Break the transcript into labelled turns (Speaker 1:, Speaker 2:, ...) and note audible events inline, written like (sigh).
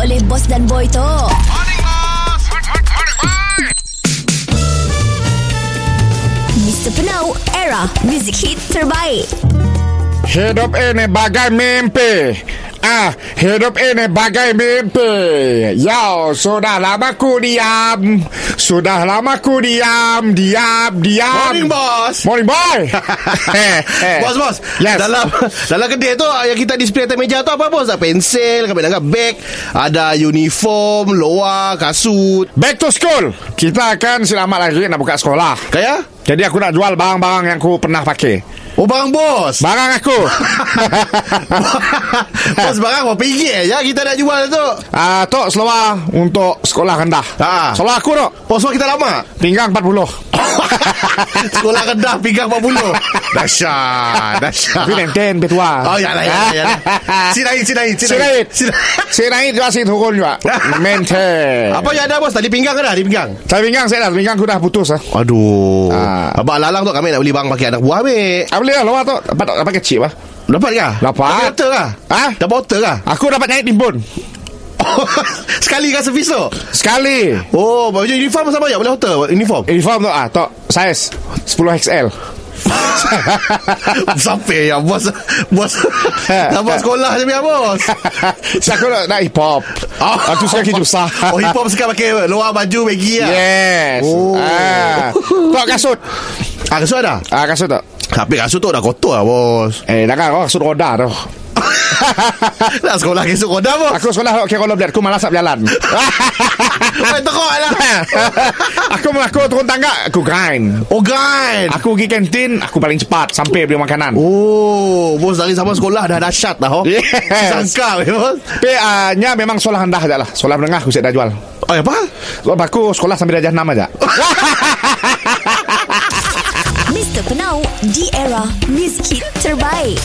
Speaker 1: oleh Boss dan Boy tu. Mr. Penau, era music hit terbaik.
Speaker 2: Hidup ini bagai mimpi Ah, hidup ini bagai mimpi Yo, sudah lama ku diam Sudah lama ku diam Diam, diam
Speaker 3: Morning, boss.
Speaker 2: Morning,
Speaker 3: (laughs)
Speaker 2: boy eh, eh.
Speaker 3: Bos bos
Speaker 2: Yes
Speaker 3: Dalam Dalam kedai tu Yang kita display atas meja tu Apa bos Ada pensel Kadang-kadang beg Ada uniform Loa Kasut
Speaker 2: Back to school Kita akan selamat lagi nak buka sekolah
Speaker 3: Kaya
Speaker 2: Jadi aku nak jual barang-barang yang aku pernah pakai
Speaker 3: Oh barang bos (laughs)
Speaker 2: Barang aku
Speaker 3: Bos barang Berapa ringgit ya Kita nak jual tu
Speaker 2: Ah, Tok seluar untuk sekolah rendah
Speaker 3: Ah.
Speaker 2: Seluar aku Tok
Speaker 3: Bos bos kita
Speaker 2: (laughs)
Speaker 3: lama
Speaker 2: Pinggang
Speaker 3: (laughs)
Speaker 2: 40
Speaker 3: Sekolah kedah Pinggang 40 Dahsyat Dahsyat
Speaker 2: Tapi nenten betua
Speaker 3: Oh ya lah ya lah, ya lah
Speaker 2: (laughs)
Speaker 3: Sit lain sit lain
Speaker 2: Si naik
Speaker 3: sit lain.
Speaker 2: (laughs) Si naik juga si turun
Speaker 3: (laughs)
Speaker 2: juga Mente
Speaker 3: Apa yang ada bos Tadi pinggang ke dah Tadi pinggang
Speaker 2: Saya pinggang saya dah Pinggang aku dah putus lah
Speaker 3: Aduh
Speaker 2: Ah.
Speaker 3: Abang lalang tu kami nak beli barang Pakai anak buah ambil
Speaker 2: Apa boleh lah luar tu Dapat tak? Dapat kecil lah
Speaker 3: Dapat kah?
Speaker 2: Dapat.
Speaker 3: Dapat water kah?
Speaker 2: Ha?
Speaker 3: Dapat water kah? (laughs)
Speaker 2: Aku dapat naik timbun
Speaker 3: Sekali kah servis tu?
Speaker 2: Sekali
Speaker 3: Oh, baju uniform sama banyak boleh water
Speaker 2: (laughs)
Speaker 3: uniform.
Speaker 2: Uniform tu ah, Tok Saiz (laughs) 10XL
Speaker 3: Sampai ya bos bos. Abang sekolah je biar bos.
Speaker 2: So aku nak, Ah, nak hip hop
Speaker 3: Oh.
Speaker 2: Aku suka hidup sah
Speaker 3: (laughs) Oh, hip hop sekarang pakai luar baju bagi lah.
Speaker 2: Yes
Speaker 3: Oh.
Speaker 2: ah. Tok kasut
Speaker 3: Ah, kasut ada?
Speaker 2: ah, Kasut tak
Speaker 3: Tapi kasut tu dah kotor lah bos.
Speaker 2: Eh dah kan oh, Kasut roda tu
Speaker 3: (laughs) Nak sekolah kasut kodah
Speaker 2: (laughs)
Speaker 3: bos.
Speaker 2: Aku sekolah Okay roller blade Aku malas nak
Speaker 3: (laughs)
Speaker 2: berjalan
Speaker 3: Aku teruk lah.
Speaker 2: (laughs) Aku melakuk turun tangga Aku grind
Speaker 3: Oh, kan.
Speaker 2: Aku pergi kantin Aku paling cepat Sampai beli makanan oh.
Speaker 3: Oh, bos dari sama sekolah dah dahsyat lah. Oh.
Speaker 2: Yes.
Speaker 3: Sangka weh, bos.
Speaker 2: Tapi uh, nya memang sekolah rendah je lah Sekolah menengah aku siap dah jual
Speaker 3: Oh, apa?
Speaker 2: Sebab aku sekolah sampai darjah 6 aja
Speaker 1: Mr. Penau, di era music hit terbaik.